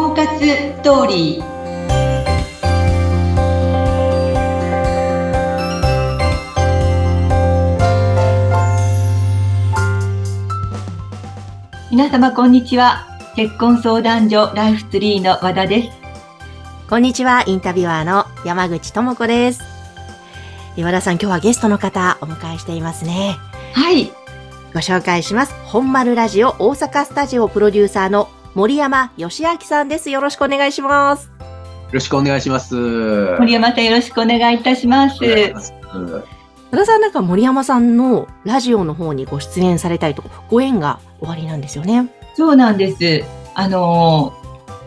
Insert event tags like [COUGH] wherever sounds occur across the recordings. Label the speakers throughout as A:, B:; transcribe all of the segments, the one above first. A: ストーリー皆様こんにちは結婚相談所ライフツリーの和田です
B: こんにちは、インタビュアーの山口智子です。岩田さん、今日はゲストの方お迎えしていますね。
A: はい
B: ご紹介します。本丸ラジオ大阪スタジオプロデューサーの森山義明さんです。よろしくお願いします。
C: よろしくお願いします。
A: 森山さんよろしくお願いいたします
C: お願いします
B: 和田さんなんか森山さんのラジオの方にご出演されたりとご縁が終わりなんですよね。
A: そうなんですあの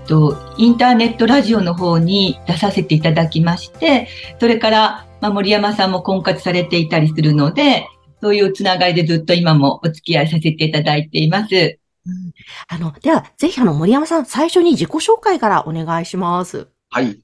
A: えっとインターネットラジオの方に出させていただきましてそれから、まあ、森山さんも婚活されていたりするのでそういうつながりでずっと今もお付き合いさせていただいています。
B: あの、では、ぜひあの森山さん、最初に自己紹介からお願いします。
C: はい。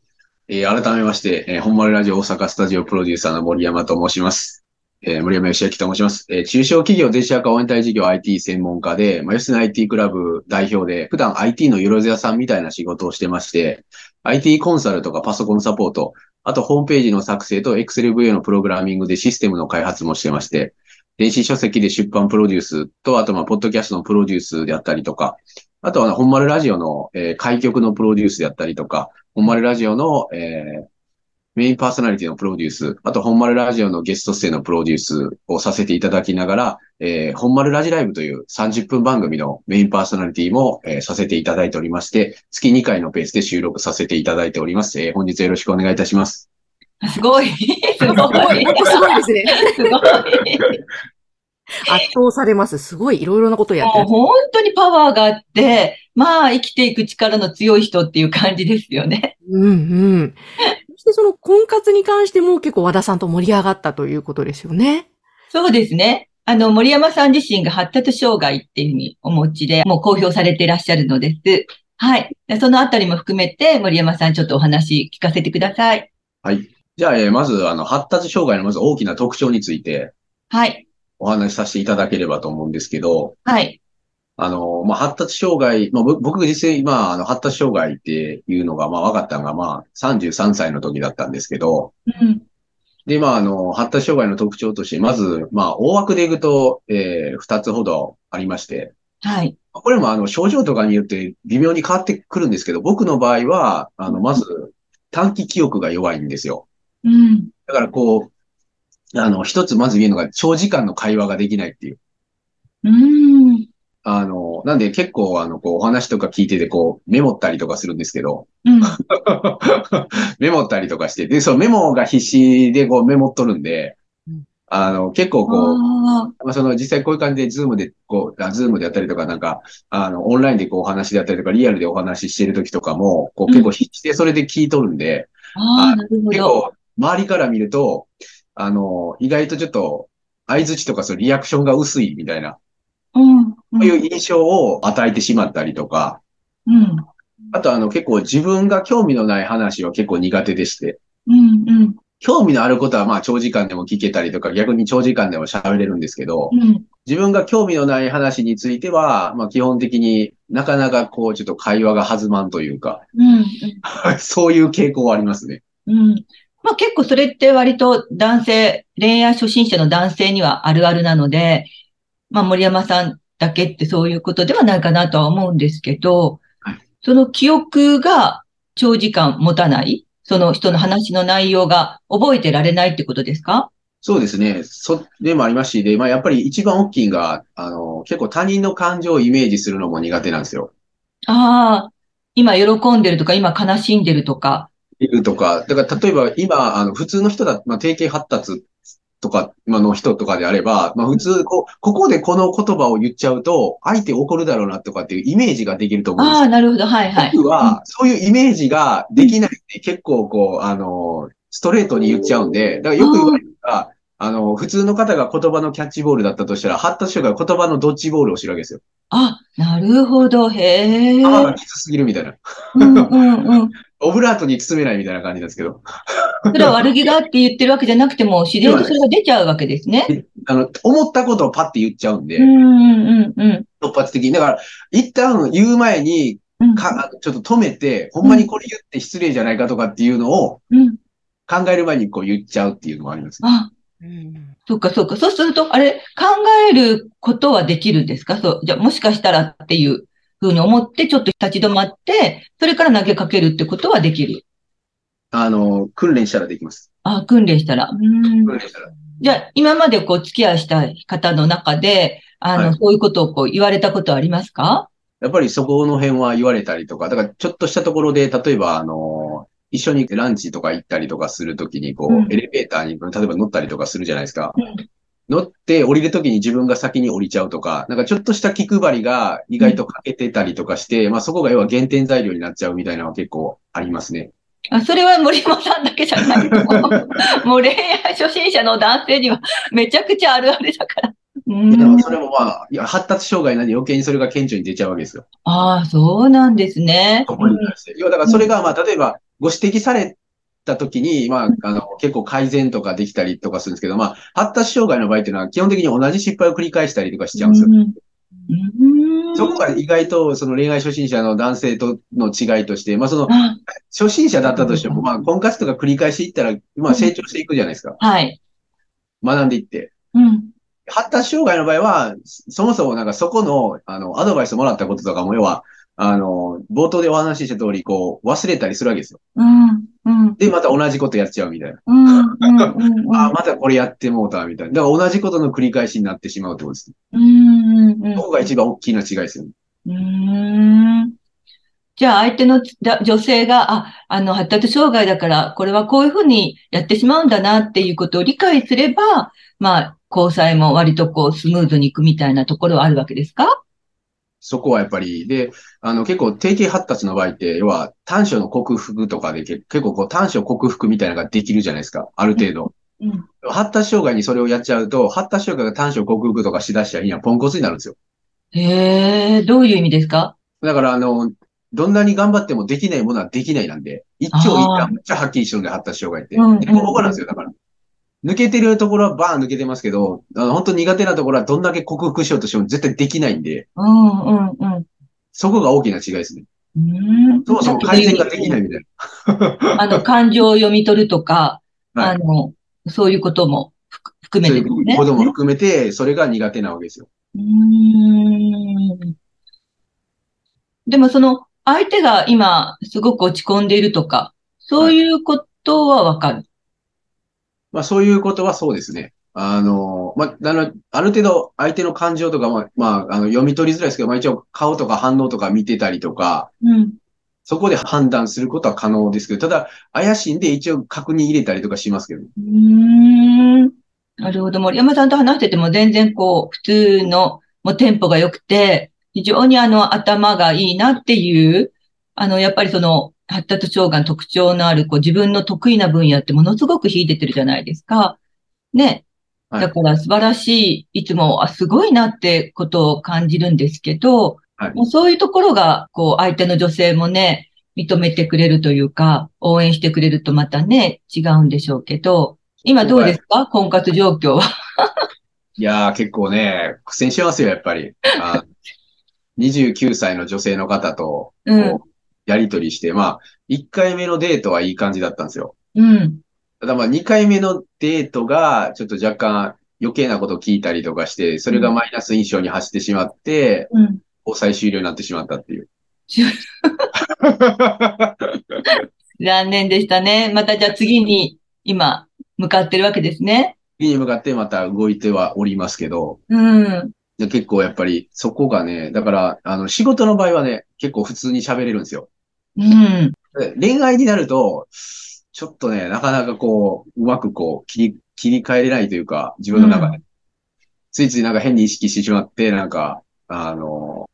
C: えー改めまして、えー本丸ラジオ大阪スタジオプロデューサーの森山と申します。えー森山義明と申します。えー中小企業電子化応援隊事業 IT 専門家で、まあ、吉野 IT クラブ代表で、普段 IT のよろずやさんみたいな仕事をしてまして、IT コンサルとかパソコンサポート、あとホームページの作成と ExcelVA のプログラミングでシステムの開発もしてまして、電子書籍で出版プロデュースと、あとまあ、ポッドキャストのプロデュースであったりとか、あとは、本丸ラジオの、えー開局のプロデュースであったりとか、本丸ラジオの、えーメインパーソナリティのプロデュース、あと本丸ラジオのゲスト出演のプロデュースをさせていただきながら、えー本丸ラジライブという30分番組のメインパーソナリティも、えーさせていただいておりまして、月2回のペースで収録させていただいております。えー本日よろしくお願いいたします。
A: [LAUGHS] すごいすごい
B: [LAUGHS] すごいですね。
A: すごい
B: 圧倒されます。すごいいろいろなことをやって
A: もう
B: る。
A: 本当にパワーがあって、まあ生きていく力の強い人っていう感じですよね。
B: うんうん。そしてその婚活に関しても結構和田さんと盛り上がったということですよね。
A: そうですね。あの、森山さん自身が発達障害っていうふうにお持ちで、もう公表されていらっしゃるのです。はい。そのあたりも含めて、森山さんちょっとお話聞かせてください。
C: はい。じゃあ、えーまず、あの、発達障害のまず大きな特徴について
A: はい。
C: お話しさせていただければと思うんですけど、
A: はい。
C: あの、まあ、発達障害、まあ、僕僕実際、まあ、あの、発達障害っていうのが、まあ、分かったのが、まあ、33歳の時だったんですけど、
A: うん。
C: で、まあ、あの、発達障害の特徴として、まず、まあ、大枠でいくと、えー、2つほどありまして、
A: はい。
C: これも、あの、症状とかによって微妙に変わってくるんですけど、僕の場合は、あの、まず、短期記憶が弱いんですよ。
A: うん。
C: だから、こう、あの、一つまず言えるのが、長時間の会話ができないっていう。
A: うん。
C: あの、なんで結構、あの、こう、お話とか聞いてて、こう、メモったりとかするんですけど、
A: うん。
C: メモったりとかして、で、そう、メモが必死でこうメモっとるんで
B: うん、
C: あの、結構こう、
A: あ
C: まあ、その実際こういう感じで、ズームで、こう、あズームでやったりとか、なんか、あの、オンラインでこうお話でやったりとか、リアルでお話ししてる時とかも、こう
A: うん
C: 結構必死でそれで聞いとるんで、
A: ーあー、なるほ
C: 結
A: ど。
C: 構周りから見ると、あの、意外とちょっと、相槌とかそうリアクションが薄いみたいな、
A: うん。
C: そういう印象を与えてしまったりとか、
A: うん。
C: あとあの結構自分が興味のない話は結構苦手でして、
A: うん。うん。
C: 興味のあることはまあ長時間でも聞けたりとか、逆に長時間でも喋れるんですけど、
A: うん。
C: 自分が興味のない話については、まあ基本的になかなかこうちょっと会話が弾まんというか、 [LAUGHS]
A: うん。
C: そういう傾向はありますね。
A: うん。まあ結構それって割と男性、恋愛初心者の男性にはあるあるなので、まあ森山さんだけってそういうことではないかなとは思うんですけど
C: は、
A: その記憶が長時間持たない、その人の話の内容が覚えてられないってことですか
C: そうですね。それもありますし、で、まあやっぱり一番大きいのが、あの、結構他人の感情をイメージするのも苦手なんですよ。
A: ああ、今喜んでるとか今悲しんでるとか。
C: いるとか、だから例えば今、あの、普通の人だ、まあ定型発達とか、まあの人とかであれば、まあ普通、こう、ここでこの言葉を言っちゃうと、相手怒るだろうなとかっていうイメージができると思うんですよ
A: ああ、なるほど。はいはい。
C: 僕は、そういうイメージができないで、結構こう、あの、ストレートに言っちゃうんで、だからよく言われるのが、あの、普通の方が言葉のキャッチボールだったとしたら、発達障害は言葉のドッジボールをしてるわけですよ。
A: あ、なるほど。へえ。
C: 頭がきつすぎるみたいな。
A: うんうんうん。
C: オブラートに包めないみたいな感じなんですけど、
A: それは悪気があって言ってるわけじゃなくても、自然とそれが出ちゃうわけですね。
C: あの、思ったことをパッて言っちゃうん
A: う
C: で、
A: んうんうんうん。
C: 突発的に。だから、一旦言う前に、
A: うん
C: か、ちょっと止めて、ほんまにこれ言って失礼じゃないかとかっていうのを
A: うん。
C: 考える前にこう言っちゃうっていうのもあります。
A: あ、
B: うん
A: そっかそっか。そうすると、あれ、考えることはできるんですかそう。じゃあ、もしかしたらっていうふうに思って、ちょっと立ち止まって、それから投げかけるってことはできる。
C: あの、訓練したらできます。
A: あ、訓練したら。うん。
C: 訓練したら。
A: じゃあ、今までこう、付き合いした方の中で、あの、
C: はい
A: そういうことをこう、言われたことはありますか
C: やっぱりそこの辺は言われたりとか、だからちょっとしたところで、例えばあの、一緒にランチとか行ったりとかするときに、こう、
A: うん
C: エレベーターに、例えば乗ったりとかするじゃないですか。
A: うん
C: 乗って降りるときに自分が先に降りちゃうとか、なんかちょっとした気配りが意外と欠けてたりとかして、まあそこが要は減点材料になっちゃうみたいなのは結構ありますね。
A: あそれは森山さんだけじゃないと思う。もう恋愛初心者の男性にはめちゃくちゃあるあるだから。う
C: だか
A: ん
C: ら。それもまあ、いや発達障害なんで余計にそれが顕著に出ちゃうわけですよ。
A: ああ、そうなんですね。
C: そこに対して。要はだからそれが、まあ、例えば、ご指摘されたときに、まあ、あの、結構改善とかできたりとかするんですけど、まあ、発達障害の場合っていうのは、基本的に同じ失敗を繰り返したりとかしちゃうんですよ。
A: うん。うん
C: そこが意外と、その恋愛初心者の男性との違いとして、まあ、その、
A: あ
C: 初心者だったとしても、まあ、婚活とか繰り返していったら、まあ、成長していくじゃないですか。
A: はい。
C: 学んでいって。
A: うん。
C: 発達障害の場合は、そもそもなんかそこの、あの、アドバイスもらったこととかも、要は、あの、冒頭でお話しした通り、こう、忘れたりするわけですよ。
A: うん。うん。
C: で、また同じことやっちゃうみたいな。
A: うん。うん。うん。
C: あーまたこれやってもうた、みたいな。だから同じことの繰り返しになってしまうってことです。
A: うん。うん。
C: ここが一番大きな違いですよね。
A: うーんじゃあ相手のつだ女性が、あ、あの、発達障害だから、これはこういうふうにやってしまうんだなっていうことを理解すれば、まあ、交際も割とこうスムーズにいくみたいなところはあるわけですか
C: そこはやっぱり。で、あの、結構定型発達の場合って、要は短所の克服とかでけ結構こう短所克服みたいなのができるじゃないですか。ある程度。
A: うん。
C: 発達障害にそれをやっちゃうと、発達障害が短所克服とかしだした日にはポンコツになるんですよ。
A: へえ、どういう意味ですか
C: だから、あの、どんなに頑張ってもできないものはできないなんで、一長一短めっちゃはっきりしてるんで、発達障害って。
A: うんうん
C: でここなんですよ、だから。抜けてるところはバーン抜けてますけど、あの、本当苦手なところはどんだけ克服しようとしても絶対できないんで、
A: うん、うん、うん。
C: そこが大きな違いですね。
A: うん。
C: そもそも改善ができないいみたい
A: あの、感情を読み取るとか、
C: はい
A: あの、そういうことも含含
C: な。
A: め
C: そうい
A: て
C: う
A: ですね。
C: ことも含めて、それが苦手なわけですよ。
A: うーんでもその相手が今すごく落ち込んでいるとか、そういうことはわかる。
C: まあ、そういうことはそうですね。あの、まあ、あの、ある程度相手の感情とかも、まあ、あの、読み取りづらいですけど、まあ、一応顔とか反応とか見てたりとか、
A: うん。
C: そこで判断することは可能ですけど、ただ、怪しいんで一応確認入れたりとかしますけど。
A: うーん。なるほど。森山さんと話してても全然こう、普通の、もうテンポが良くて、非常にあの、頭がいいなっていう、あの、やっぱりその、発達障害の特徴のある、こう、自分の得意な分野ってものすごく秀でてるじゃないですか。ね。
C: はい
A: だから素晴らしい、いつも、あ、すごいなってことを感じるんですけど、
C: はい
A: もうそういうところが、こう、相手の女性もね、認めてくれるというか、応援してくれるとまたね、違うんでしょうけど、今どうですか婚活状況は。
C: いやー、結構ね、苦戦しますよ、やっぱり。 [LAUGHS] あ29歳の女性の方と、
A: うん。
C: やりとりして、まあ、1回目のデートはいい感じだったんですよ。
A: うん。
C: ただまあ、2回目のデートが、ちょっと若干余計なことを聞いたりとかして、それがマイナス印象に走ってしまって、
A: うん。
C: 交際終了になってしまったっ
A: [LAUGHS]
C: ていう。
A: 残念でしたね。またじゃあ次に今向かってるわけですね。
C: 次に向かってまた動いてはおりますけど、
A: うん。
C: で結構やっぱりそこがね、だから、あの、仕事の場合はね、結構普通に喋れるんですよ。
A: うん。
C: で恋愛になると、ちょっとね、なかなかこう、うまくこう、切り、切り替えれないというか、自分の中で。ついついなんか変に意識してしまって、なんか、あの、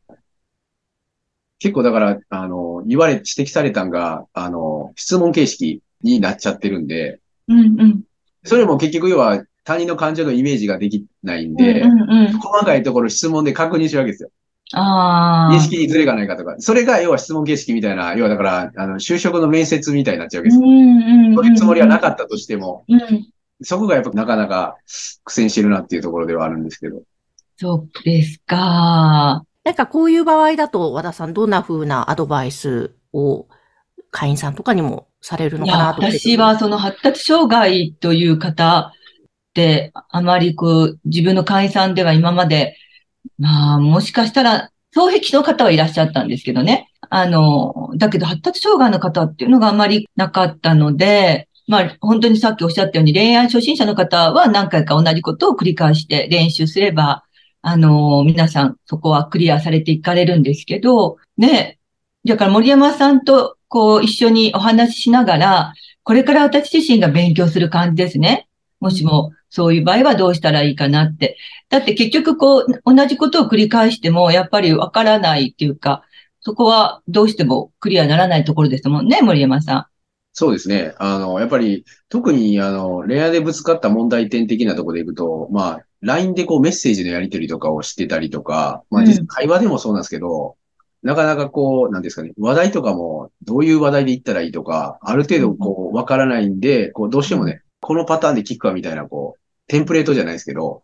C: 結構だから、あの、言われ、指摘されたんが、あの、質問形式になっちゃってるんで、
A: うん。うん。
C: それも結局要は他人の感情のイメージができないん
A: うん。
C: で、
A: うん。うん。
C: 細かいところ質問で確認してるわけですよ。
A: あ
C: 認
A: あ。
C: 識にズレがないかとか、それが要は質問形式みたいな、要はだから、あの、就職の面接みたいになっちゃうわけ
A: う
C: です。
A: ん。うん。
C: そういうつもりはなかったとしても、
A: うん。
C: そこがやっぱなかなか苦戦してるなっていうところではあるんですけど。
A: そうですか。
B: なんかこういう場合だと、和田さん、どんな風なアドバイスを会員さんとかにもされるの
A: い
B: かな
A: や、
B: と思って。
A: 私はその発達障害という方って、あまりこう、自分の会員さんでは今まで、まあ、もしかしたら、障壁の方はいらっしゃったんですけどね。あの、だけど発達障害の方っていうのがあまりなかったので、まあ、本当にさっきおっしゃったように恋愛初心者の方は何回か同じことを繰り返して練習すれば、あの、皆さんそこはクリアされていかれるんですけど、ね、だから森山さんとこう一緒にお話ししながら、これから私自身が勉強する感じですね。もしもそういう場合はどうしたらいいかなって。だって結局こう同じことを繰り返してもやっぱりわからないっていうか、そこはどうしてもクリアならないところですもんね、森山さん。
C: そうですね。あの、やっぱり、特に、あの、恋愛でぶつかった問題点的なところでいくと、まあ、LINE でこうメッセージのやり取りとかをしてたりとか、まあ、
A: うん
C: 実際会話でもそうなんですけど、なかなかこう、なんですかね、話題とかも、どういう話題で言ったらいいとか、ある程度こう、わからないんで、こう、どうしてもね、このパターンで聞くかみたいな、こう、テンプレートじゃないですけど、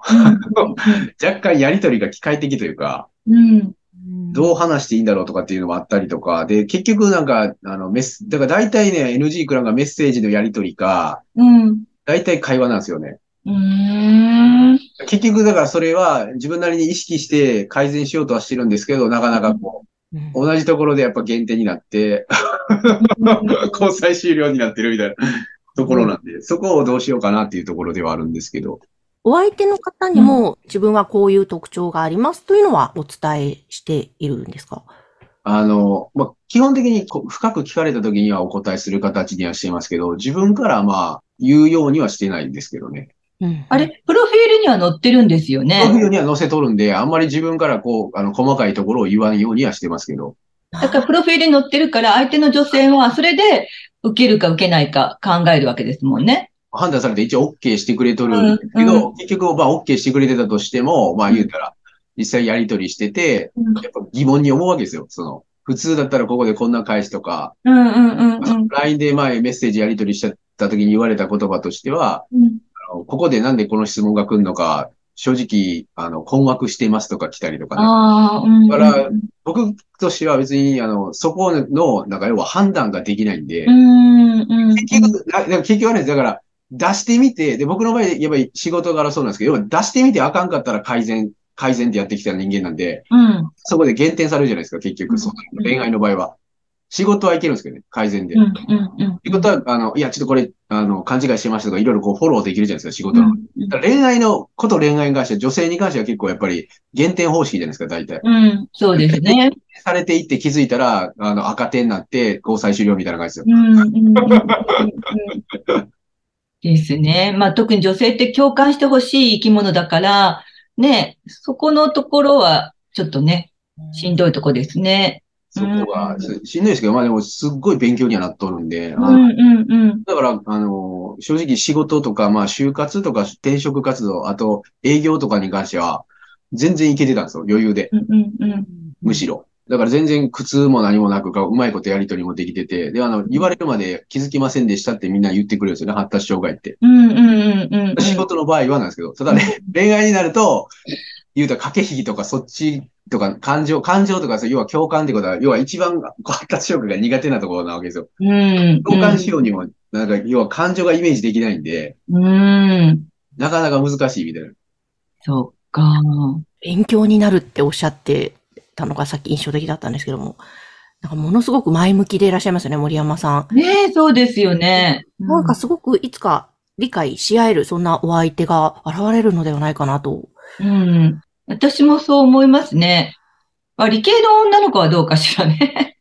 C: [LAUGHS] 若干やり取りが機械的というか、
A: うん。
C: どう話していいんだろうとかっていうのもあったりとか、で、結局なんか、あの、メス、だから大体ね、NG クランがメッセージのやり取りか、
A: うん。
C: 大体会話なんですよね。
A: うん。
C: 結局だからそれは自分なりに意識して改善しようとはしてるんですけど、なかなかこ
B: うん
C: う、同じところでやっぱ減点になって、 [LAUGHS] 交際終了になってるみたいなところなんで、そこをどうしようかなっていうところではあるんですけど。
B: お相手の方にも自分はこういう特徴がありますというのはお伝えしているんですか
C: あの、まあ、基本的にこう深く聞かれた時にはお答えする形にはしてますけど、自分からまあ、言うようにはしてないんですけどね。
A: あれ、プロフィールには載ってるんですよ
C: [LAUGHS] そうい
A: ね。 [LAUGHS]
C: うには載せとるんで、あんまり自分からこう、あの、細かいところを言わんようにはしてますけど。
A: だからプロフィールに載ってるから、相手の女性はそれで受けるか受けないか考えるわけですもんね。
C: 判断されて一応 OK してくれとるんですけ
A: うん
C: ど、結局、まあ OK してくれてたとしても、まあ言うたら、実際やりとりしてて、やっぱ疑問に思うわけですよ。その、普通だったらここでこんな返しとか、
A: うんうんうんうん
C: LINE で前メッセージやりとりしちゃった時に言われた言葉としては、
A: うん。
C: あのここでなんでこの質問が来るのか、正直、あの、困惑してますとか来たりとかね。
A: ああ、うん。
C: だから僕としては別に、あの、そこの、なんか要は判断ができないんで
A: う、ん、うん。
C: 結局、なだから結局はね、だから、出してみて、で、僕の場合、やっぱり仕事柄そうなんですけど、要は出してみてあかんかったら改善、改善ってやってきた人間なんで、
A: うん、
C: そこで減点されるじゃないですか、結
A: うん
C: 局。そう恋愛の場合は。仕事はいけるんですけどね、改善で。
A: うん、うん、うん。
C: 仕事は、あの、いや、ちょっとこれ、あの、勘違いしてましたとか、いろいろこう、フォローできるじゃないですか、仕事
A: う
C: の。
A: ん、
C: だから恋愛の、こと恋愛に関しては、女性に関しては結構やっぱり、減点方式じゃないですか、大体。
A: うん、そうですね。
C: されていって気づいたら、あの、赤点になって、交際終了みたいな感じですよ。
A: うん、うん、うん。うんですね。まあ特に女性って共感してほしい生き物だから、ね、そこのところは、ちょっとね、しんどいとこですね。
C: そこ
A: う
C: が、
A: ん
C: ししんどいですけど、まあでも、すっごい勉強にはなっとるんで、あ
A: う
C: の
A: ん、うん、うん。
C: だから、あの、正直仕事とか、まあ、就活とか転職活動、あと営業とかに関しては、全然いけてたんですよ、余裕で、
A: うん、うん、うん。
C: むしろ。だから全然苦痛も何もなく、うまいことやりとりもできてて、で、あの、言われるまで気づきませんでしたってみんな言ってくれるんですよね、発達障害って。
A: うん、うん、うん、うん。
C: 仕事の場合はなんですけど、ただね、恋愛になると、言うたら駆け引きとかそっちとか感情、感情とかさ、要は共感ってことは、要は一番こう発達障害が苦手なところなわけですよ。
A: うん。
C: 共感しようにも、なんか、要は感情がイメージできないんで、
A: うん。
C: なかなか難しいみたいな。
A: そっか。
B: 勉強になるっておっしゃってたのがさっき印象的だったんですけども、なんかものすごく前向きでいらっしゃいますよね、森山さん。
A: ねえ、そうですよね。
B: なんかすごくいつか理解し合える、そんなお相手が現れるのではないかなと。
A: うん。私もそう思いますね。あ、理系の女の子はどうかしらね。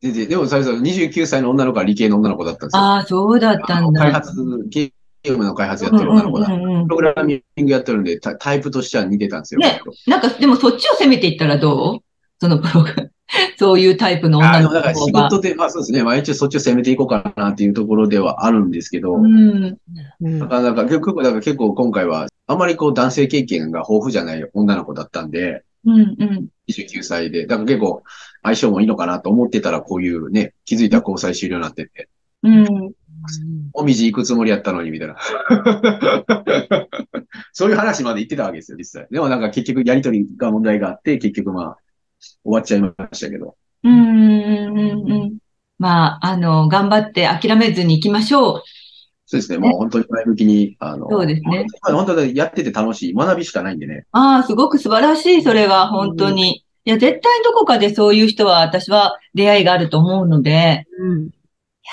C: で、ででも最初、29歳の女の子は理系の女の子だったんですよ。
A: ああ、そうだった
C: あ
A: ん
C: の
A: だ。
C: 開発、ゲームの開発やっ
A: うん
C: てる女の子だ。
A: うんうん
C: プログラミングやってるんで、タタイプとしては似てたんですよ。
A: ねなんか、でもそっちを攻めていったらどうそのプログラム。そういうタイプの女
C: あで
A: の
C: もだから
A: 子
C: 仕
A: が。
C: 事で、まあそうですね。まあ一応そっちを攻めていこうかなっていうところではあるんですけど、
A: うん。
B: うん
C: なかなか結構、だから結構今回は、あまりこう男性経験が豊富じゃない女の子だったんで、
A: うん。うん。
C: 29歳で、だから結構相性もいいのかなと思ってたらこういうね、気づいたら交際終了になってて、
A: うん。
C: おみじ行くつもりやったのに、みたいな。 [LAUGHS] そういう話まで言ってたわけですよ、実際。でもなんか結局やりとりが問題があって、結局まあ、終わっちゃいましたけど。
A: うーん。まあ、あの、頑張って諦めずに行きましょう。
C: そうですね、もう本当に前向きに、あの、
A: そうですね。
C: 本当にやってて楽しい。学びしかないんでね。
A: ああ、すごく素晴らしい、それは、本当に。いや、絶対どこかでそういう人は、私は出会いがあると思うので、
B: うん。い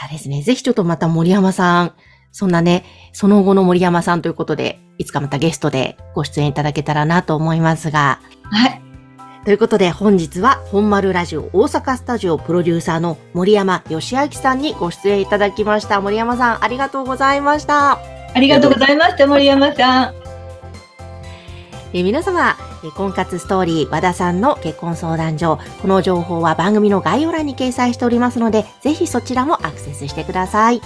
B: やですね、ぜひちょっとまた森山さん、そんなね、その後の森山さんということで、いつかまたゲストでご出演いただけたらなと思いますが、
A: はい。
B: ということで本日は本丸ラジオ大阪スタジオプロデューサーの森山義明さんにご出演いただきました。森山さん、ありがとうございました。
A: ありがとうございました、森山さん。
B: えー皆様、えー婚活ストーリー和田さんの結婚相談所、この情報は番組の概要欄に掲載しておりますので、ぜひそちらもアクセスしてください。